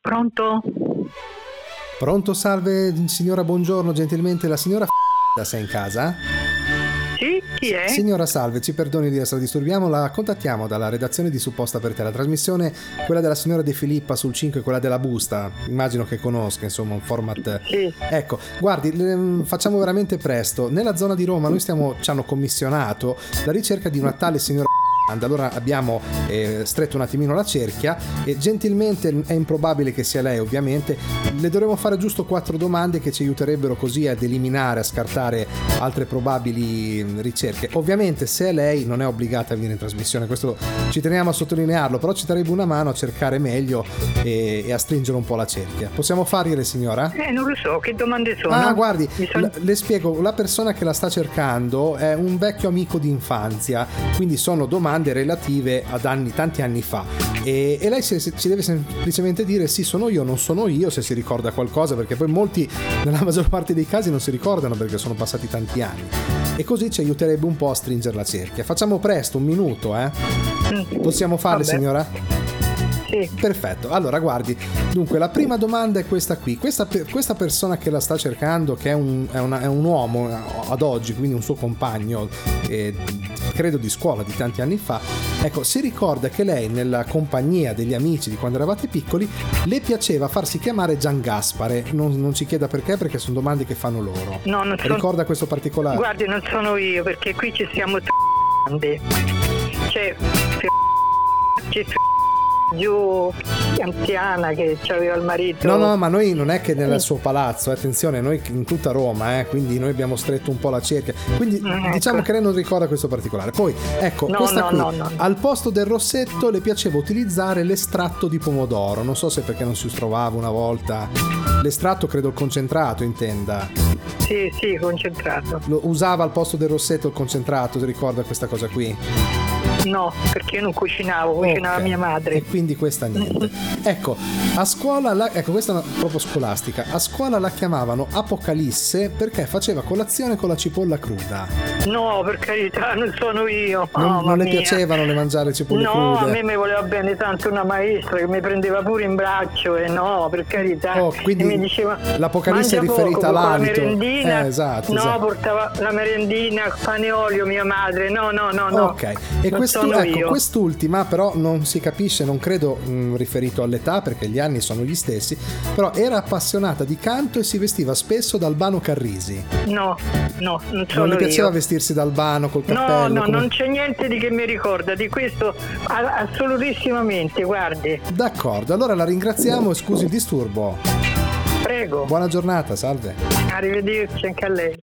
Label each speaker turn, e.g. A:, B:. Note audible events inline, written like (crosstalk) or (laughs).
A: Pronto?
B: Pronto, salve signora, buongiorno gentilmente, la signora f***a sei in casa?
A: Sì, chi è?
B: Signora Salve, ci perdoni di essere disturbiamo, la contattiamo dalla redazione di Supposta per te, la trasmissione, quella della signora De Filippa sul 5 e quella della busta, immagino che conosca, insomma, un format...
A: Sì.
B: Ecco, guardi, ehm, facciamo veramente presto, nella zona di Roma noi stiamo, ci hanno commissionato la ricerca di una tale signora... Allora abbiamo eh, stretto un attimino la cerchia e gentilmente mm, è improbabile che sia lei ovviamente, le dovremo fare giusto quattro domande che ci aiuterebbero così ad eliminare, a scartare altre probabili mh, ricerche. Ovviamente se è lei non è obbligata a venire in trasmissione, questo ci teniamo a sottolinearlo, però ci darebbe una mano a cercare meglio e, e a stringere un po' la cerchia. Possiamo fargliele signora?
A: Eh, non lo so, che domande sono?
B: Ah, guardi,
A: Mi son-
B: la- le spiego, la persona che la sta cercando è un vecchio amico di infanzia, quindi sono domande relative ad anni, tanti anni fa. E, e lei se- se- ci deve semplicemente dire sì, sono io, non sono io, se si ricorda qualcosa, perché poi molti, nella maggior parte dei casi, non si ricordano perché sono passati tanti anni. E così ci aiuterebbe un po' a stringere la cerchia. Facciamo presto, un minuto, eh?
A: Mm,
B: Possiamo farle,
A: Vabbè.
B: signora?
A: Sì.
B: Perfetto, allora guardi, dunque la prima domanda è questa qui, questa, per- questa persona che la sta cercando, che è un, è una- è un uomo eh, ad oggi, quindi un suo compagno, eh, credo di scuola di tanti anni fa, ecco, si ricorda che lei nella compagnia degli amici di quando eravate piccoli le piaceva farsi chiamare Gian Gaspare, non, non ci chieda perché perché sono domande che fanno loro.
A: No, non sono...
B: Ricorda questo particolare?
A: Guardi, non sono io, perché qui ci siamo tre grandi. C'è c'è giù anziana che aveva il marito.
B: No, no, ma noi non è che nel suo palazzo, eh, attenzione, noi in tutta Roma, eh, quindi noi abbiamo stretto un po' la cerchia. Quindi
A: Mm, ecco.
B: diciamo che lei non ricorda questo particolare. Poi, ecco,
A: No,
B: questa
A: no,
B: qui,
A: no, no.
B: al posto del rossetto le piaceva utilizzare l'estratto di pomodoro. Non so se perché non si trovava una volta. L'estratto credo il concentrato intenda.
A: Sì, sì, concentrato.
B: Lo usava al posto del rossetto il concentrato, ti ricorda questa cosa qui?
A: No, perché io non cucinavo, cucinava
B: Ok.
A: mia
B: E
A: madre.
B: quindi
A: (laughs)
B: questa niente. Ecco, a scuola, la- ecco, questa è una- proprio scolastica. A scuola la chiamavano Apocalisse perché faceva colazione con la cipolla cruda.
A: No, per carità, non sono io.
B: Non,
A: Oh,
B: non le
A: mamma mia.
B: piacevano le mangiare le cipolle
A: No, a
B: crude.
A: me mi voleva bene tanto una maestra che mi prendeva pure in braccio e no, per carità.
B: Oh, quindi
A: e mi diceva
B: l'Apocalisse è
A: "Mangia poco,
B: riferita all'alito."
A: con La merendina,
B: Eh, esatto,
A: No,
B: esatto.
A: portava la merendina, pane e olio mia madre. No, no, no, no.
B: Ok, e
A: non
B: questo-
A: sono
B: ecco,
A: io.
B: quest'ultima però non si capisce, non credo mh, riferito all'età perché gli anni sono gli stessi, però era appassionata di canto e si vestiva spesso da Albano Carrisi.
A: No, no, non sono
B: Non le piaceva
A: io.
B: vestirsi da Albano col
A: No,
B: cappello?
A: no,
B: come-
A: non c'è niente di che mi ricorda di questo a- assolutissimamente, guardi.
B: D'accordo, allora la ringraziamo e scusi il disturbo.
A: Prego,
B: Buona giornata, salve.
A: arrivederci anche a lei.